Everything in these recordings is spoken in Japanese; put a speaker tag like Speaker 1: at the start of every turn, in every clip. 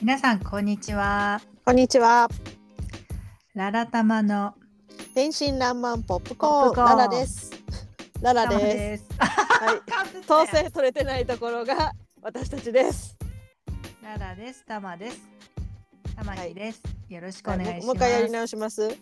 Speaker 1: 皆さんこんにちは
Speaker 2: こんにちは。
Speaker 1: ララタマの
Speaker 2: 天真爛漫ポップコー
Speaker 1: ポップ
Speaker 2: ン
Speaker 1: コーン
Speaker 2: ララです。ララです。
Speaker 1: す
Speaker 2: はい。当
Speaker 1: 当
Speaker 2: 選取れてないところが私たちです。
Speaker 1: ララですタマですタマヒです、よろしくお願いします、
Speaker 2: もう一回やり直します。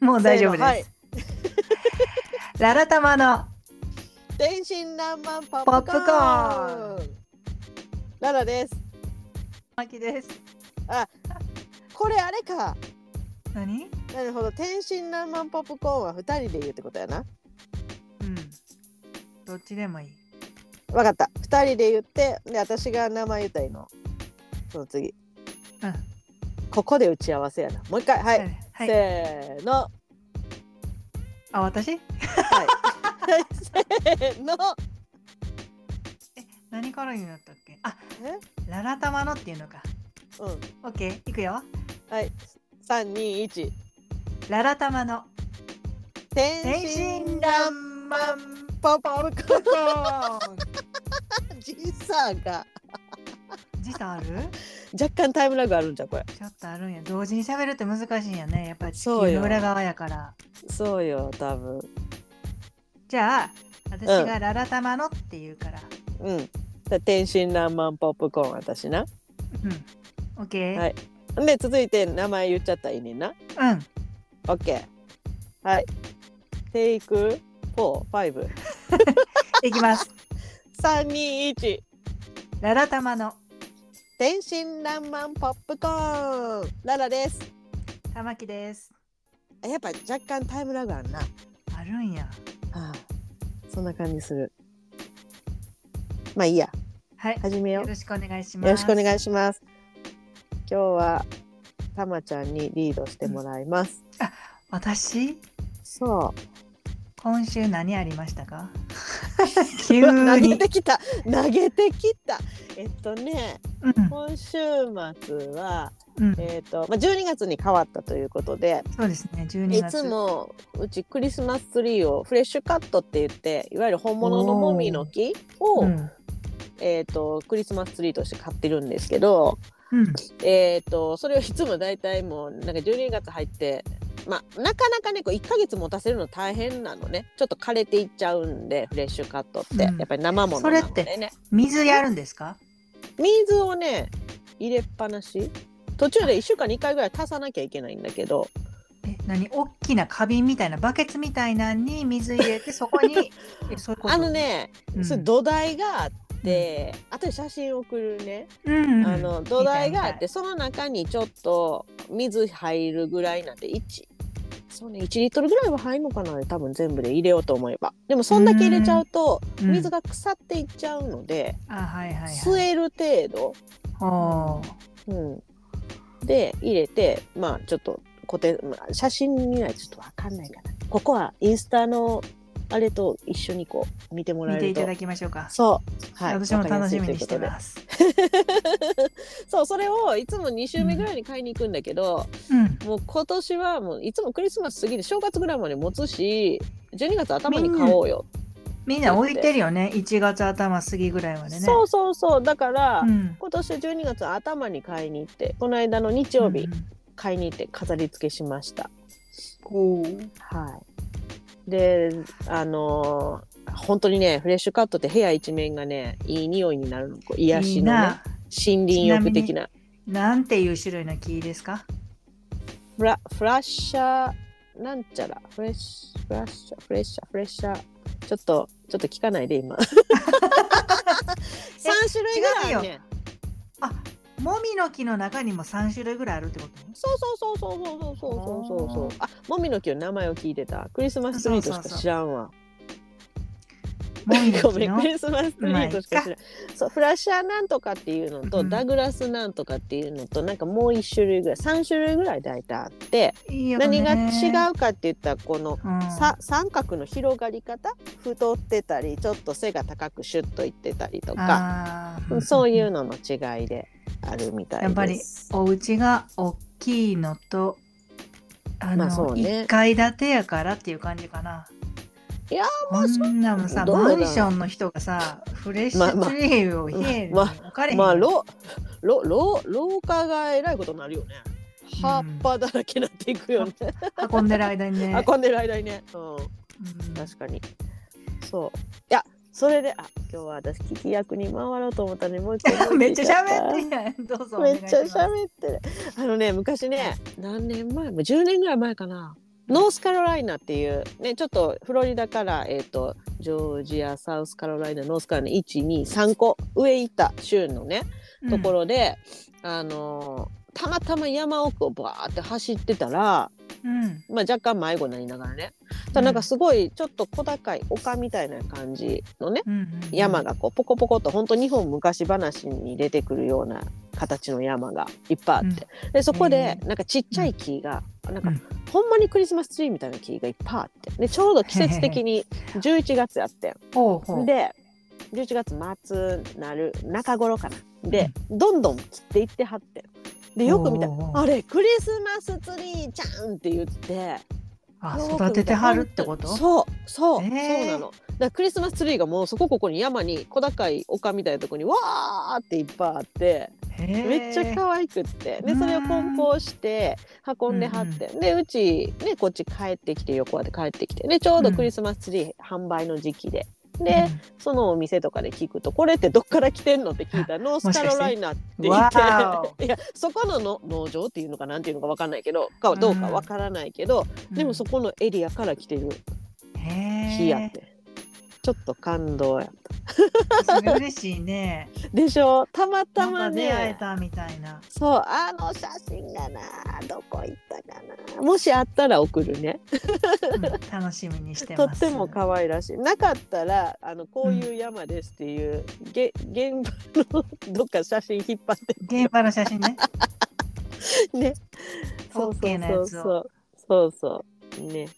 Speaker 1: もう大丈夫です、
Speaker 2: せーのはい。
Speaker 1: ララタマの
Speaker 2: 天真爛漫ポップコ
Speaker 1: ポップコ
Speaker 2: ー
Speaker 1: ー
Speaker 2: ン。ララです。
Speaker 1: マキです
Speaker 2: これあれか。
Speaker 1: 何
Speaker 2: なるほど。天真爛漫ポップコーンは二人で言うってことやな。
Speaker 1: うんどっちでもいい
Speaker 2: わかった。二人で言って、で私が名前言ったらいいの。その次。
Speaker 1: うん
Speaker 2: ここで打ち合わせやな。もう一回。はい。
Speaker 1: はい、はい、
Speaker 2: せーの。
Speaker 1: あ私
Speaker 2: はい。せーの。
Speaker 1: 何からになったっけあ
Speaker 2: え
Speaker 1: ララタマのっていうのか
Speaker 2: うん。
Speaker 1: オッケーいくよ
Speaker 2: はい。三二一。
Speaker 1: ララタマの
Speaker 2: 天
Speaker 1: 天真爛
Speaker 2: 真爛
Speaker 1: 漫
Speaker 2: ポップコ
Speaker 1: ポップコーン
Speaker 2: ーン。時差が
Speaker 1: 時差ある
Speaker 2: 若干タイムラグあるんじゃんこれ。
Speaker 1: ちょっとあるんや同時に喋るって難しいんやねやっぱり地
Speaker 2: そう
Speaker 1: 球
Speaker 2: よ
Speaker 1: の裏側やから
Speaker 2: そうよ多分。
Speaker 1: じゃあ私がララタマのって言うから
Speaker 2: うん。だ天真爛漫ポップコーン私な。
Speaker 1: うんオッケー、
Speaker 2: はいで続いて名前言っちゃったらいいねんな。
Speaker 1: うん
Speaker 2: オッケー。はい。テイク4 5
Speaker 1: いきます
Speaker 2: 3 2 1
Speaker 1: ララタマの
Speaker 2: 天真爛漫ポップコーンララです
Speaker 1: 玉木です
Speaker 2: あやっぱ若干タイムラグあるな、は
Speaker 1: あるんや
Speaker 2: あ、そんな感じするまあいいや
Speaker 1: はい
Speaker 2: 始めよ
Speaker 1: よ
Speaker 2: う。よ
Speaker 1: ろしくお願いします
Speaker 2: ろしくお願いします。今日はたまちゃんにリードしてもらいます。
Speaker 1: 私
Speaker 2: そ
Speaker 1: 今週何ありました か
Speaker 2: う。
Speaker 1: 急
Speaker 2: うわ投げ
Speaker 1: に
Speaker 2: てきた。投げてきた。えっとね、
Speaker 1: うん
Speaker 2: 今週末は
Speaker 1: うん
Speaker 2: えっとまあ12月に変わったということで、
Speaker 1: そうですね12
Speaker 2: い
Speaker 1: 月
Speaker 2: つもうちクリスマスツリーをフレッシュカットって言って、いわゆる本物のモミの木を、
Speaker 1: うん
Speaker 2: えっとクリスマスツリーとして買ってるんですけど、
Speaker 1: うん
Speaker 2: えー、とそれをいつも大体もうなんか12月入って、まあ、なかなかねこう1ヶ月持たせるの大変なのねちょっと枯れていっちゃうんでフレッシュカットって、
Speaker 1: うん
Speaker 2: やっぱり生ものなので
Speaker 1: そ
Speaker 2: ね
Speaker 1: 水やるんですか
Speaker 2: 水をね入れっぱなし途中で1週間に1回ぐらい足さなきゃいけないんだけど
Speaker 1: え何大きな花瓶みたいなバケツみたいなのに水入れてそこ にえそういうこと
Speaker 2: あのね、
Speaker 1: うん
Speaker 2: それ土台があって、後で写真送るね、
Speaker 1: うんうん
Speaker 2: あの土台があっ
Speaker 1: 見た
Speaker 2: てその中にちょっと水入るぐらいなんで1そうね1リットルぐらいは入るのかな多分全部で入れようと思えばでもそんだけ入れちゃうと
Speaker 1: 見たいうん
Speaker 2: 水が腐っていっちゃうので、
Speaker 1: あはいはい
Speaker 2: 吸
Speaker 1: はい
Speaker 2: える程
Speaker 1: ほ
Speaker 2: 度、うん、で入れてまあちょっと固定まあ写真にはちょっとわかんないかなここはインスタのあれと一緒にこう見ても
Speaker 1: う
Speaker 2: ら
Speaker 1: 見
Speaker 2: え
Speaker 1: て
Speaker 2: る
Speaker 1: い
Speaker 2: と
Speaker 1: ただきましょうか
Speaker 2: そう、
Speaker 1: 私も楽しみにして
Speaker 2: す
Speaker 1: ます
Speaker 2: そうそれをいつも2週目ぐらいに買いに行くんだけど、
Speaker 1: うん
Speaker 2: もう今年はもういつもクリスマス過ぎて正月ぐらいまで持つし12月頭に買おうよ、
Speaker 1: みんな置いてるよね1月頭過ぎぐらいまでね
Speaker 2: そうそうそうだから、
Speaker 1: うん
Speaker 2: 今年は12月の頭に買いに行ってこの間の日曜日
Speaker 1: うん
Speaker 2: 買いに行って飾り付けしました、
Speaker 1: うん
Speaker 2: はいであのー本当にねフレッシュカットって部屋一面がねいい匂いになるのこう癒
Speaker 1: い
Speaker 2: し
Speaker 1: い
Speaker 2: のね
Speaker 1: な
Speaker 2: 森林浴的
Speaker 1: ち
Speaker 2: な
Speaker 1: なんていう種類の木ですか
Speaker 2: フラフラッシャーなんちゃらフレッシュフラッシャーフレッシャーフレッシャーちょっとちょっと聞かない で今三種類ぐらいある
Speaker 1: 違う
Speaker 2: ね
Speaker 1: あもみの木の中にも3種類ぐらいあるってこと
Speaker 2: そうそうそうそうそうそうそうそうそうあもみの木の名前を聞いてたクリスマスツリーとしか知らんわ
Speaker 1: もみの
Speaker 2: ご
Speaker 1: 木
Speaker 2: めん
Speaker 1: の
Speaker 2: クリスマスツリーとしか知らんそうフラッシャーなんとかっていうのと、
Speaker 1: うん
Speaker 2: ダグラスなんとかっていうのとなんかもう一種類ぐらい三種類ぐらい大体あって
Speaker 1: いいよ
Speaker 2: 何
Speaker 1: ね
Speaker 2: が違うかって言ったらこの
Speaker 1: うん
Speaker 2: さ三角の広がり方太ってたりちょっと背が高くシュッといってたりとか
Speaker 1: あー
Speaker 2: うんそういうのの違いであるみたいです。
Speaker 1: やっぱりお家が大きいのとあの、
Speaker 2: まあそうね
Speaker 1: 1階建てやからっていう感じかな
Speaker 2: いや
Speaker 1: こんなもさ、
Speaker 2: どうだ
Speaker 1: マ
Speaker 2: ろう
Speaker 1: ンションの人がさ、フレッシ
Speaker 2: まあ
Speaker 1: ュ
Speaker 2: まあ
Speaker 1: ツリーを家に
Speaker 2: まあ
Speaker 1: 置かれへん。
Speaker 2: まあろろろ廊下がえらいことになるよね葉っぱだらけになっていくよね、
Speaker 1: 運んでる間にね。
Speaker 2: 運んでる間にね、う
Speaker 1: うん
Speaker 2: ん、確かにそういやそれであ今日は私聞き役に回ろうと思ったねもう一回思 い
Speaker 1: めっ
Speaker 2: つ
Speaker 1: ち
Speaker 2: い
Speaker 1: ゃ
Speaker 2: ゃた
Speaker 1: 喋ってるやん。どうぞお願
Speaker 2: め
Speaker 1: いし
Speaker 2: っ
Speaker 1: ます。
Speaker 2: ちゃ喋ってるあのね昔ね何年前もう10年ぐらい前かなノースカロライナっていうねちょっとフロリダから、えー、とジョージアサウスカロライナノースカロライナ123個上行った州のねところで、あのーたまたま山奥をバーって走ってたら、
Speaker 1: うん。うん。
Speaker 2: まあ、若干迷子になりながらねただなんかすごいちょっと小高い丘みたいな感じのね
Speaker 1: うんうんうん
Speaker 2: 山。がこうポコポコと本当日本昔話に出てくるような形の山がいっぱいあって、でそこでなんかちっちゃい木が、なんか
Speaker 1: うん
Speaker 2: ほんまにクリスマスツリーみたいな木がいっぱいあってでちょうど季節的に11月やってん
Speaker 1: ほうほう。
Speaker 2: で11月末なる中頃かなで、どんどん切っていってはってでよく見たら
Speaker 1: おうおうおう
Speaker 2: あれクリスマスツリーちゃんって言って
Speaker 1: あ、
Speaker 2: よく見たら
Speaker 1: 育ててはるってこと
Speaker 2: そうそう、
Speaker 1: へー
Speaker 2: そうなのだからクリスマスツリーがもうそこここに山に小高い丘みたいなとこにわーっていっぱいあってめ
Speaker 1: め
Speaker 2: っちゃ可愛くってでそれを梱包して運んではって、でうちねこっち帰ってきて横浜で帰ってきてでちょうどクリスマスツリー販売の時期で。で、そのお店とかで聞くと「これってどっから来てんの?」って 聞いたら「ノースカロライナ」って言
Speaker 1: わ
Speaker 2: って
Speaker 1: ーお
Speaker 2: いやそこのの農場っていうのかなんていうのかわかんないけどかどうかわからないけど、でもそこのエリアから来てる日
Speaker 1: へ
Speaker 2: やっ
Speaker 1: え
Speaker 2: て、ちょっと感動やっ
Speaker 1: それ嬉しいね
Speaker 2: たでしょたま
Speaker 1: な
Speaker 2: た
Speaker 1: ん
Speaker 2: ま
Speaker 1: か出会え
Speaker 2: ね
Speaker 1: たみたい な
Speaker 2: そうあの写真がなどこ行ったかなもしあったら送るね
Speaker 1: うん楽しみにして
Speaker 2: と
Speaker 1: ま
Speaker 2: っ
Speaker 1: す
Speaker 2: ても可愛らしいなかったらあのこういう山ですっていう、げ現場のどっか写真引っ張って
Speaker 1: 現場の写 真ね
Speaker 2: ね。
Speaker 1: オッケーなやつを
Speaker 2: そうそうそうそう。ね。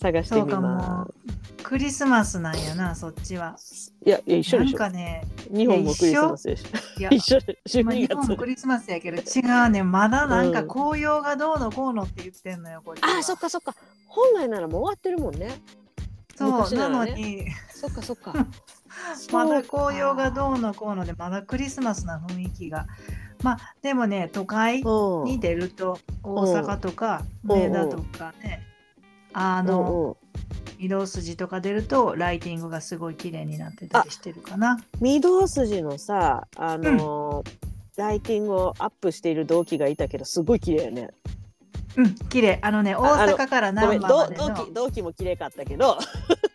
Speaker 2: 探して
Speaker 1: そう
Speaker 2: み
Speaker 1: か
Speaker 2: ま
Speaker 1: もクリスマスなんやなそっちは
Speaker 2: す。いや、いや一緒
Speaker 1: な
Speaker 2: で
Speaker 1: ん
Speaker 2: しょ。
Speaker 1: かね
Speaker 2: 日本もクリスマスでしょ。
Speaker 1: いや
Speaker 2: 一緒でしょ。
Speaker 1: まあ
Speaker 2: 12
Speaker 1: 日本も
Speaker 2: 月
Speaker 1: ク。リスマスやけど違うねまだなんか
Speaker 2: うん
Speaker 1: 紅葉がどうのこうのって言ってんのよこっちは
Speaker 2: あ、そっかそっか。本来ならもう終わってるもんね。
Speaker 1: そう
Speaker 2: 昔な
Speaker 1: なの
Speaker 2: らね
Speaker 1: に。
Speaker 2: そっかそっか
Speaker 1: まだ紅葉がどうのこうのでまだクリスマスな雰囲気がまあでもね都会
Speaker 2: う
Speaker 1: に
Speaker 2: ん。
Speaker 1: 出ると大阪とか
Speaker 2: うん
Speaker 1: 梅田とかねあ
Speaker 2: あ
Speaker 1: の色筋とか出るとライティングがすごい綺麗になってたりしてるかな。
Speaker 2: 御堂筋のさ、あのーライティングをアップしている同期がいたけど、すごい綺麗よね。
Speaker 1: うん綺麗あのね大
Speaker 2: あ
Speaker 1: 阪から
Speaker 2: ご
Speaker 1: 難
Speaker 2: めん、
Speaker 1: 波
Speaker 2: 同
Speaker 1: まで
Speaker 2: 同
Speaker 1: の
Speaker 2: 期、同期も綺麗かったけど、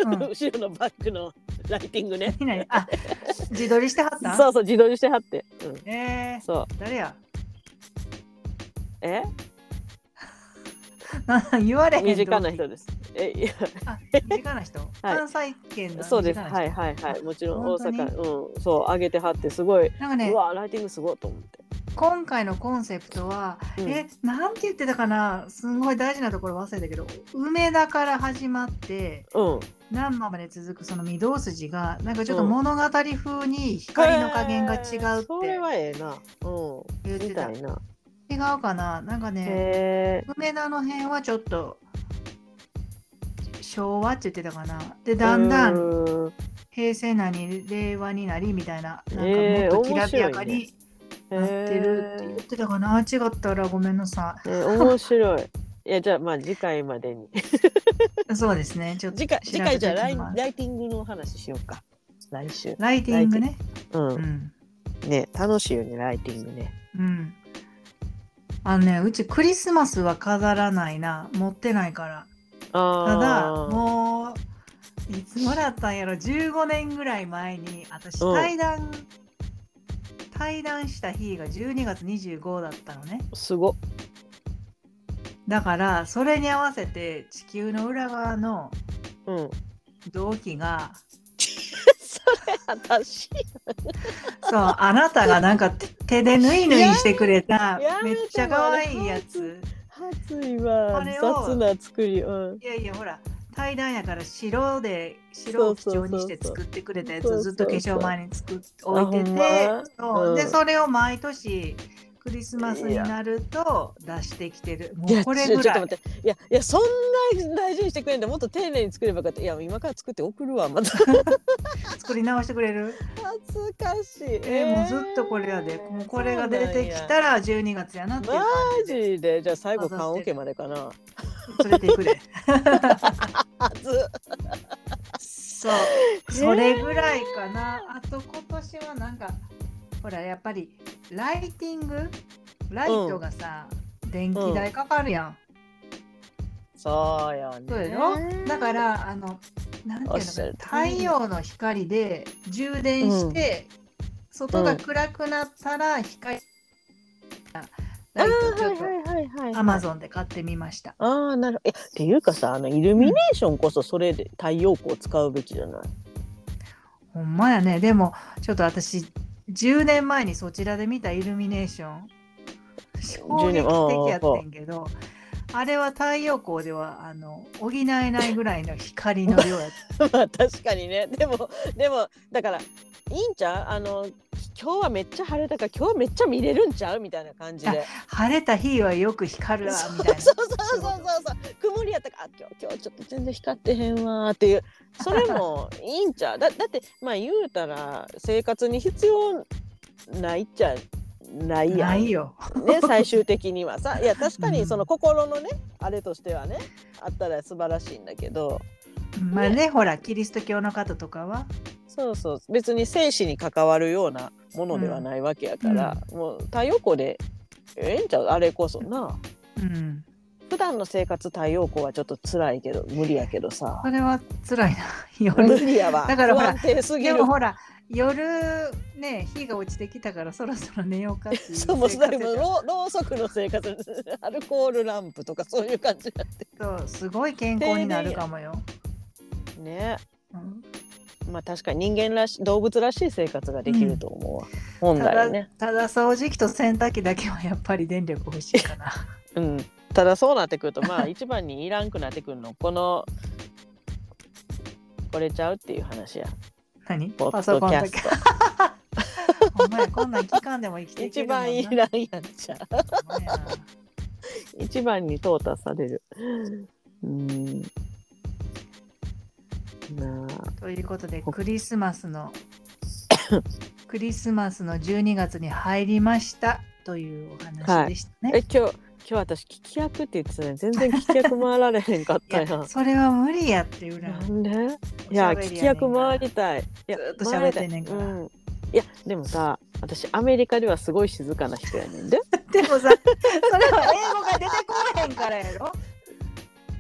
Speaker 1: うん
Speaker 2: 後ろのバックの ライティングね。
Speaker 1: 何々あ自撮りしてはった
Speaker 2: そうそう、自撮りしてはって。うん。
Speaker 1: えー、
Speaker 2: そう。
Speaker 1: 誰や
Speaker 2: え
Speaker 1: な言われへん
Speaker 2: 身近な
Speaker 1: 同
Speaker 2: 人
Speaker 1: 期
Speaker 2: です。えいや
Speaker 1: あ身近な 人、関西圏の
Speaker 2: そうです。
Speaker 1: 身近な人
Speaker 2: はいはいはい。もちろん
Speaker 1: 本
Speaker 2: 大
Speaker 1: 当に
Speaker 2: 阪、うん、そう上げてはってすごい。
Speaker 1: なんか
Speaker 2: う
Speaker 1: ね
Speaker 2: わライティングすごいと思って。
Speaker 1: 今回のコンセプトは、
Speaker 2: うん
Speaker 1: えなんて言ってたかなすんごい大事なところ忘れたけど梅田から始まって
Speaker 2: うん。
Speaker 1: 難波まで続くその御堂筋がなんかちょっと物語風に光の加減が違うっ
Speaker 2: それ
Speaker 1: て
Speaker 2: はええな。う
Speaker 1: 言っ
Speaker 2: ん。
Speaker 1: て
Speaker 2: み
Speaker 1: た、
Speaker 2: たいな。
Speaker 1: 違うかななんかね
Speaker 2: へえ。
Speaker 1: 梅田の辺はちょっと昭和って言ってたかなでだんだん
Speaker 2: う
Speaker 1: 平成なり令和になりみたいななんかも
Speaker 2: へ
Speaker 1: っ
Speaker 2: ー
Speaker 1: ときらびやかに
Speaker 2: ー
Speaker 1: なってるって言ってたかな違ったらごめんなさ
Speaker 2: へーえ面白い。いやじゃあまあ次回までに。
Speaker 1: いそうですねちょっと
Speaker 2: 次回
Speaker 1: 調べて
Speaker 2: 次回じゃあライ
Speaker 1: き
Speaker 2: ン
Speaker 1: ます
Speaker 2: ライティングのお話しようか。来週。
Speaker 1: ライティングね
Speaker 2: う。
Speaker 1: うんん
Speaker 2: ね楽しいよねライティングね。
Speaker 1: うんあのねうちクリスマスは飾らないな持ってないからただ
Speaker 2: ああ。
Speaker 1: もういつもだったんやろ15年ぐらい前に私
Speaker 2: うん
Speaker 1: 対談、対談した日が12月25だったのね
Speaker 2: すご。
Speaker 1: だからそれに合わせて地球の裏側の
Speaker 2: うん。
Speaker 1: 同期が
Speaker 2: それ私。
Speaker 1: そう あなたがなんか手手でぬいぬいしてくれた
Speaker 2: やめ
Speaker 1: め
Speaker 2: やめて
Speaker 1: っちゃ可愛いやつ
Speaker 2: 暑いわ
Speaker 1: あれを
Speaker 2: 雑な作りうん
Speaker 1: いやいやほら対談やから白で白を基調にして
Speaker 2: そうそうそう
Speaker 1: 作ってくれたやつ
Speaker 2: そ
Speaker 1: を
Speaker 2: うそうそ
Speaker 1: ず
Speaker 2: う
Speaker 1: っと化粧前に作っ置いてて
Speaker 2: あほんま
Speaker 1: そう
Speaker 2: うん
Speaker 1: でそれを毎年クリスマスになると出してきてるも
Speaker 2: いや
Speaker 1: うこれ
Speaker 2: ちょ
Speaker 1: ぐ
Speaker 2: ちょっ
Speaker 1: ら
Speaker 2: と
Speaker 1: い
Speaker 2: 待っていやいやそんな大事にしてくれんだもっと丁寧に作ればよかったいや今から作って送るわまた 恥
Speaker 1: 作り直してくれる
Speaker 2: ずかしい
Speaker 1: えーもうずっとこれやでもうこれが出てきたら12月やなっていう感
Speaker 2: マ
Speaker 1: じで
Speaker 2: ジでじゃあ最後缶オケまでかな
Speaker 1: 連れていく で
Speaker 2: はず
Speaker 1: そうそれぐらいかな、あと今年はなんかほらやっぱりライティングライトがさ、電気代かかるやん、
Speaker 2: そうよね
Speaker 1: そうやろだからあのなんて
Speaker 2: お
Speaker 1: い
Speaker 2: っ
Speaker 1: う
Speaker 2: しゃ
Speaker 1: の
Speaker 2: る
Speaker 1: か
Speaker 2: 通
Speaker 1: な
Speaker 2: り
Speaker 1: 太陽の光で充電して、外が暗くなったら光、ライトちょっと
Speaker 2: あーはいはいはいはい
Speaker 1: アマゾンで買ってみました。
Speaker 2: あーなるほどえっていうかさあのイルミネーションこそそれで太陽光使うべきじゃない、
Speaker 1: ほんまやねでもちょっと私10年前にそちらで見たイルミネーション衝
Speaker 2: 10年
Speaker 1: 撃的やってんけどあれは太陽光ではあの補えないぐらいの光の量や っ
Speaker 2: まあ確かにねでもでもだからいいんちゃうあの今日はめっちゃ晴れたから今日はめっちゃ見れるんちゃうみたいな感じで
Speaker 1: た晴れた日はよく光るわみたいな
Speaker 2: そうそうそうそうそう曇りやったからあ今日今日ちょっと全然光ってへんわーっていうそれもいいんちゃうだだってまあ言うたら生活に必要ないっちゃないやん
Speaker 1: ないよ
Speaker 2: ね、最終的にはさいや確か
Speaker 1: う
Speaker 2: に
Speaker 1: ん
Speaker 2: その心のね、あれとしてはねあったら素晴らしいんだけど
Speaker 1: まあねほらキリスト教の方とかは
Speaker 2: そうそう別に生死に関わるようなものではないわけやから、もう太陽光でええんちゃうあれこそな
Speaker 1: うん
Speaker 2: 普段の生活太陽光はちょっと辛いけど無理やけどさ
Speaker 1: それは辛いな
Speaker 2: 無
Speaker 1: 夜
Speaker 2: 理やわ
Speaker 1: だからほ
Speaker 2: 不
Speaker 1: ら
Speaker 2: 安定すぎ
Speaker 1: で
Speaker 2: る
Speaker 1: もほら夜ね日が落ちてきたからそろそろ寝ようかっていう
Speaker 2: そうもう
Speaker 1: 生
Speaker 2: す
Speaker 1: 活
Speaker 2: でにもう
Speaker 1: や
Speaker 2: ろうろうそくの生活 アルコールランプとかそういう感じやって
Speaker 1: そうすごい健康になるかもよ。
Speaker 2: ね
Speaker 1: うん
Speaker 2: まあ確かに人間らし動物らしい生活ができると思うわ、本
Speaker 1: た
Speaker 2: 来は
Speaker 1: だ
Speaker 2: ね。
Speaker 1: ただ掃除機と洗濯機だけはやっぱり電力欲しいか な。
Speaker 2: うん、ただそうなってくるとまあ一番にいらんくなってくる のこのこれちゃうっていう話や
Speaker 1: 何
Speaker 2: ポ
Speaker 1: パ
Speaker 2: ッ
Speaker 1: ソ
Speaker 2: ド
Speaker 1: コン
Speaker 2: キ
Speaker 1: だ
Speaker 2: ャ
Speaker 1: け
Speaker 2: ス。ト
Speaker 1: お前こんなん期間でも生きていける
Speaker 2: 一
Speaker 1: もんな
Speaker 2: 番いらんやんちゃう
Speaker 1: ほんまや
Speaker 2: 一番に淘汰されるうんなあ
Speaker 1: ということでクリスマスのクリスマスの12月に入りましたというお話でしたね。
Speaker 2: え今日今日私聞き役って言ってたね全然聞き役回られへんかっ
Speaker 1: い
Speaker 2: たやん
Speaker 1: やそれは無理やって裏
Speaker 2: なんでい
Speaker 1: お
Speaker 2: や
Speaker 1: しゃべり
Speaker 2: 聞き
Speaker 1: やねんから
Speaker 2: 役回りたいいや
Speaker 1: ずーっと喋ってんねんから
Speaker 2: 回りたいうんいやでもさ私アメリカではすごい静かな人やねんで
Speaker 1: でもさそれは英語が出てこへんからやろ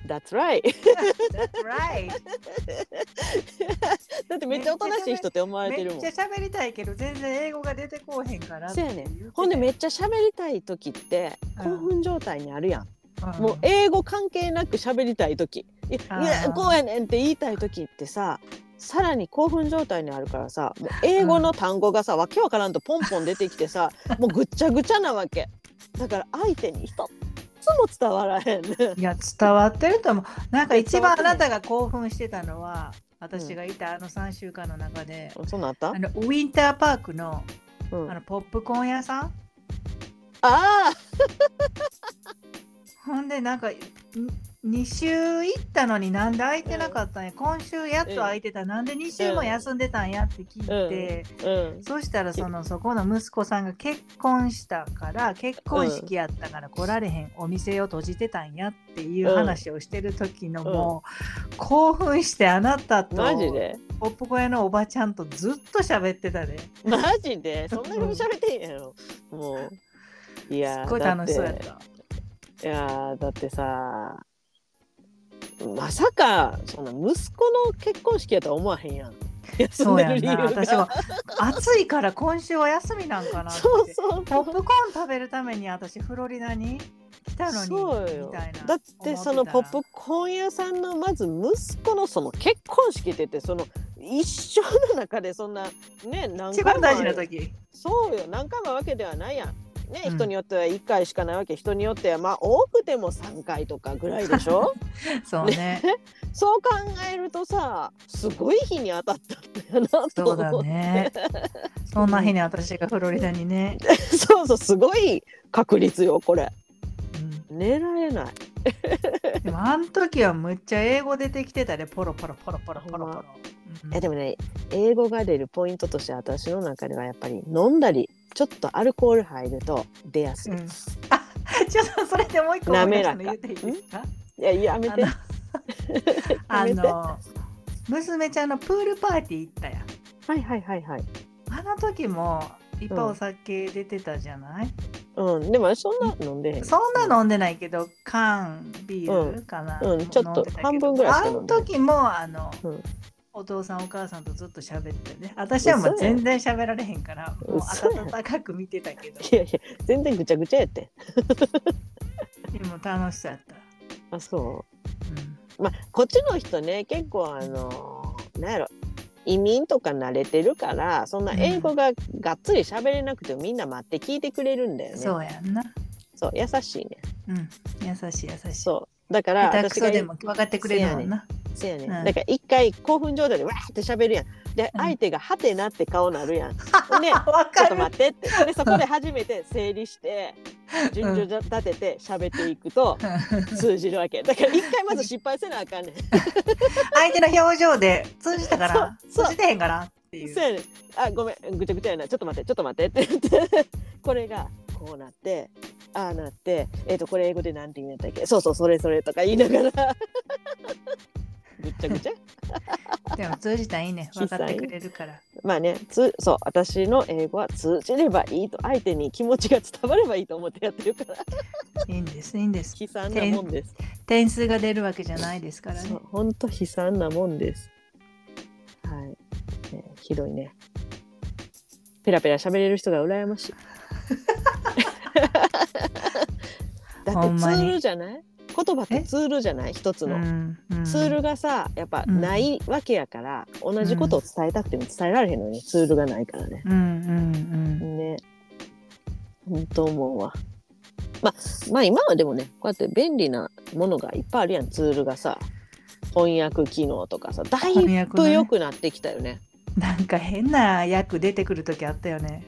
Speaker 2: That's right
Speaker 1: That's right
Speaker 2: だってめっちゃおとなしい人って思われて
Speaker 1: め
Speaker 2: るも
Speaker 1: っ
Speaker 2: ん
Speaker 1: ちゃ。喋りたいけど全然英語が出てこうへんから
Speaker 2: そうやねんほんでめっちゃ喋りたい時って
Speaker 1: うん
Speaker 2: 興奮状態にあるやん。
Speaker 1: うん
Speaker 2: もう英語関係なく喋りたい時い
Speaker 1: あー
Speaker 2: やいやこうやねんって言いたい時ってささらに興奮状態にあるからさもう英語の単語がさわけわからんとポンポン出てきて さもうぐっちゃぐちゃなわけだから相手に一つも伝わらへ んね。
Speaker 1: いや伝わってると思うなんか一番あ
Speaker 2: 伝わ
Speaker 1: な
Speaker 2: って
Speaker 1: た
Speaker 2: な
Speaker 1: が興奮してたのは私がいたあの3週間の中で、
Speaker 2: そうなった
Speaker 1: あ、のウィンターパークの
Speaker 2: うん、
Speaker 1: あ
Speaker 2: あ
Speaker 1: のポップコーン屋さん
Speaker 2: あ
Speaker 1: ほんでなんか2週行ったのになんで空いてなかったんや、今週やっと空いてた、なんで2週も休んでたんやって聞いて、
Speaker 2: ー、うん、
Speaker 1: そしたらそのそこの息子さんが結婚したから結婚式やったから来られへん、お店を閉じてたんやっていう話をしてる時のもう、興奮してあなたと
Speaker 2: マジで
Speaker 1: ポップ小屋のおばちゃんとずっと喋ってたで、
Speaker 2: マジでそんなに喋ってんやろ。もう。いやー
Speaker 1: すっごい楽しそうやっ
Speaker 2: だ
Speaker 1: た。
Speaker 2: ていやーだってさまさかそんな息子の結婚式やとは思わへんやん。休
Speaker 1: そ
Speaker 2: ん
Speaker 1: う
Speaker 2: で
Speaker 1: や
Speaker 2: る
Speaker 1: ん
Speaker 2: 理
Speaker 1: な
Speaker 2: 由が
Speaker 1: 私は暑いから今週は休みなんかなって
Speaker 2: そうそう
Speaker 1: ポッ
Speaker 2: そう。
Speaker 1: プコーン食べるために私フロリダに来たの
Speaker 2: そう
Speaker 1: にみ
Speaker 2: よ
Speaker 1: たいな
Speaker 2: だってそのポップコーン屋さんのまず息子のその結婚式って言ってその一生の中でそんなね何回もある
Speaker 1: 一番大事な時
Speaker 2: そうよ何回もわけではないやん。ね、
Speaker 1: うん
Speaker 2: 人によっては1回しかないわけ人によってはまあ多くても3回とかぐらいでしょ
Speaker 1: そうね
Speaker 2: そう考えるとさすごい日に当たっただなと
Speaker 1: そ
Speaker 2: 思
Speaker 1: うだ
Speaker 2: って
Speaker 1: ねそんな日に私がフロリダにね、
Speaker 2: そうそうすごい確率よこれ
Speaker 1: う
Speaker 2: 寝られない
Speaker 1: ん、でもあの時はむっちゃ英語出てきてたでポロポロポロポロポロポ
Speaker 2: ほ
Speaker 1: ロ
Speaker 2: ん、
Speaker 1: うん
Speaker 2: えでもね英語が出るポイントとして私の中ではやっぱり飲んだりちょっとアルコール入ると出やすい、
Speaker 1: うん ちょっとそれでもう一個思い出したの言っていいですか
Speaker 2: いややめて
Speaker 1: あ
Speaker 2: やめて
Speaker 1: の娘ちゃんのプールパーティー行ったやん
Speaker 2: はいはいはいはい
Speaker 1: あの時もいっぱいお酒出てたじゃない、
Speaker 2: うんでもそんな飲んでへん
Speaker 1: そんな飲んでないけど缶ビールかな、
Speaker 2: うんうんちょっ
Speaker 1: 飲ん
Speaker 2: と
Speaker 1: でたけど
Speaker 2: 半分ぐらいし
Speaker 1: あ
Speaker 2: か飲んで
Speaker 1: の
Speaker 2: ない
Speaker 1: 時もあの、
Speaker 2: うん
Speaker 1: お父さんお母さんとずっと喋ってね私はもう
Speaker 2: 嘘やん
Speaker 1: 全然喋られへんからもう
Speaker 2: 嘘やん
Speaker 1: 温かく見てたけど
Speaker 2: いやいや全然ぐちゃぐちゃやって
Speaker 1: でも楽しそうやった、
Speaker 2: あそ
Speaker 1: うん
Speaker 2: うまあこっちの人ね結構あのなんやろ移民とか慣れてるからそんな英語ががっつり喋れなくてもみんな待って聞いてくれるんだよね、
Speaker 1: そうやんな
Speaker 2: そう優しいね
Speaker 1: うん優しい優しい
Speaker 2: そうだから
Speaker 1: 下手く
Speaker 2: 私
Speaker 1: そ
Speaker 2: が
Speaker 1: でも分かってくれるもんな
Speaker 2: そうやね、
Speaker 1: うん
Speaker 2: だから一回興奮状態でわーって喋るやんで
Speaker 1: うん
Speaker 2: 相手が「はてな」って顔なるやん、ね
Speaker 1: あ わ
Speaker 2: ちょっ
Speaker 1: か
Speaker 2: と
Speaker 1: る
Speaker 2: 待ってって でそこで初めて整理して順序立てて喋っていくと通じるわけだから一回まず失敗せなあかんねん
Speaker 1: 相手の表情で通じたから
Speaker 2: そうそう
Speaker 1: 通じてへんからっていう
Speaker 2: そうやねんあごめんぐちゃぐちゃやなちょっと待ってちょっと待ってって言って これがこうなってああなってえっ、とこれ英語でなんて言うんやったっけそうそうそれそれとか言いながらぐっちゃぐちゃ
Speaker 1: でも通じたらいいね
Speaker 2: 小
Speaker 1: 分
Speaker 2: さ
Speaker 1: か
Speaker 2: い
Speaker 1: ってくれるから
Speaker 2: まあねつそう私の英語は通じればいいと相手に気持ちが伝わればいいと思ってやってるから
Speaker 1: いいんですいいんです
Speaker 2: 悲惨なもんです
Speaker 1: 点数が出るわけじゃないですからね
Speaker 2: そう本当悲惨なもんですはい、ねひどいねペラペラ喋れる人が羨 ましいだって
Speaker 1: ほん
Speaker 2: ツ
Speaker 1: まに
Speaker 2: ールじゃない言葉ってツールじゃない一つ
Speaker 1: う
Speaker 2: の、
Speaker 1: んうん
Speaker 2: ツールがさやっぱ
Speaker 1: うん
Speaker 2: ないわけやから、同じことを伝えたくても伝えられへんのにツールがないからね
Speaker 1: うんうん
Speaker 2: ね。本当思うわ。まあ、まあ今はでもね、こうやって便利なものがいっぱいあるやん、ツールがさ。翻訳機能とかさ、だい
Speaker 1: 翻訳
Speaker 2: ぶ
Speaker 1: ね
Speaker 2: 良くなってきたよね。
Speaker 1: うんなんか変な役出てくる時あったよね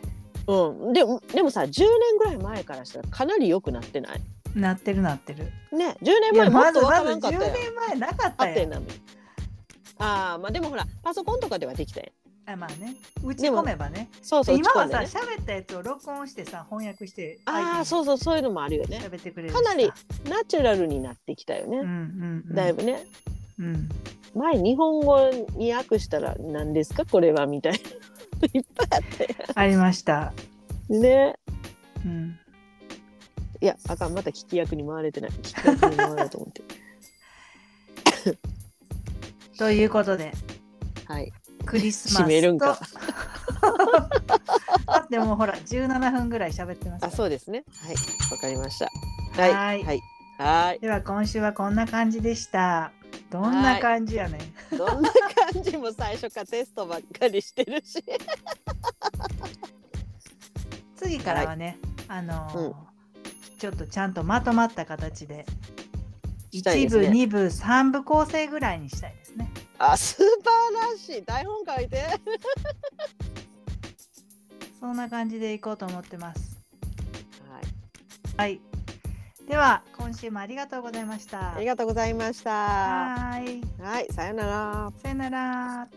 Speaker 2: うん。でも、でもさ、10年ぐらい前からしたらかなり良くなってない。
Speaker 1: なってるなってる
Speaker 2: ね、10年
Speaker 1: いや
Speaker 2: 前も
Speaker 1: ま
Speaker 2: っ
Speaker 1: ず
Speaker 2: とわ
Speaker 1: ま
Speaker 2: か
Speaker 1: ず
Speaker 2: らんかっ
Speaker 1: 10
Speaker 2: たやん。
Speaker 1: 年前なかっ
Speaker 2: あ
Speaker 1: た
Speaker 2: ったや
Speaker 1: よ
Speaker 2: んなみ。ああ、まあでもほら、パソコンとかではできたやん。
Speaker 1: あまあね打ち込めばね
Speaker 2: そうそう、
Speaker 1: 今
Speaker 2: 打
Speaker 1: は
Speaker 2: ち込ん
Speaker 1: さ
Speaker 2: でね
Speaker 1: 喋ったやつを録音してさ翻訳して
Speaker 2: ああ、
Speaker 1: 相手に
Speaker 2: そうそう、そういうのもあるよね。
Speaker 1: 喋ってくれるし
Speaker 2: か
Speaker 1: さ
Speaker 2: なりナチュラルになってきたよ
Speaker 1: うん
Speaker 2: ね。
Speaker 1: うんうん
Speaker 2: だいぶね。
Speaker 1: うん
Speaker 2: 前日本語に訳したら何ですかこれはみたいないっぱいあって
Speaker 1: ありました
Speaker 2: ね
Speaker 1: うん
Speaker 2: いやあかんまた聞き役に回れてない聞き役に回れと思って
Speaker 1: ということで
Speaker 2: はい
Speaker 1: クリスマスと
Speaker 2: 締めるんか
Speaker 1: だってもうほら17分ぐらい喋ってますか
Speaker 2: あ
Speaker 1: ら
Speaker 2: そうですねはいわかりましたは
Speaker 1: はー
Speaker 2: い
Speaker 1: い
Speaker 2: はいはー
Speaker 1: では今週はこんな感じでしたどんな感じやねん
Speaker 2: いどんな感じも最初からテストばっかりしてるし
Speaker 1: 次からはね、あのーちょっとちゃんとまとまった形で
Speaker 2: したい
Speaker 1: 1
Speaker 2: です
Speaker 1: 部、
Speaker 2: ね
Speaker 1: 2部3部構成ぐらいにしたいですね
Speaker 2: あ素晴らしい台本書いて
Speaker 1: そんな感じでいこうと思ってます
Speaker 2: はい
Speaker 1: はいでは今週もありがとうございました
Speaker 2: ありがとうございました
Speaker 1: はーい
Speaker 2: はいさようなら
Speaker 1: さよなら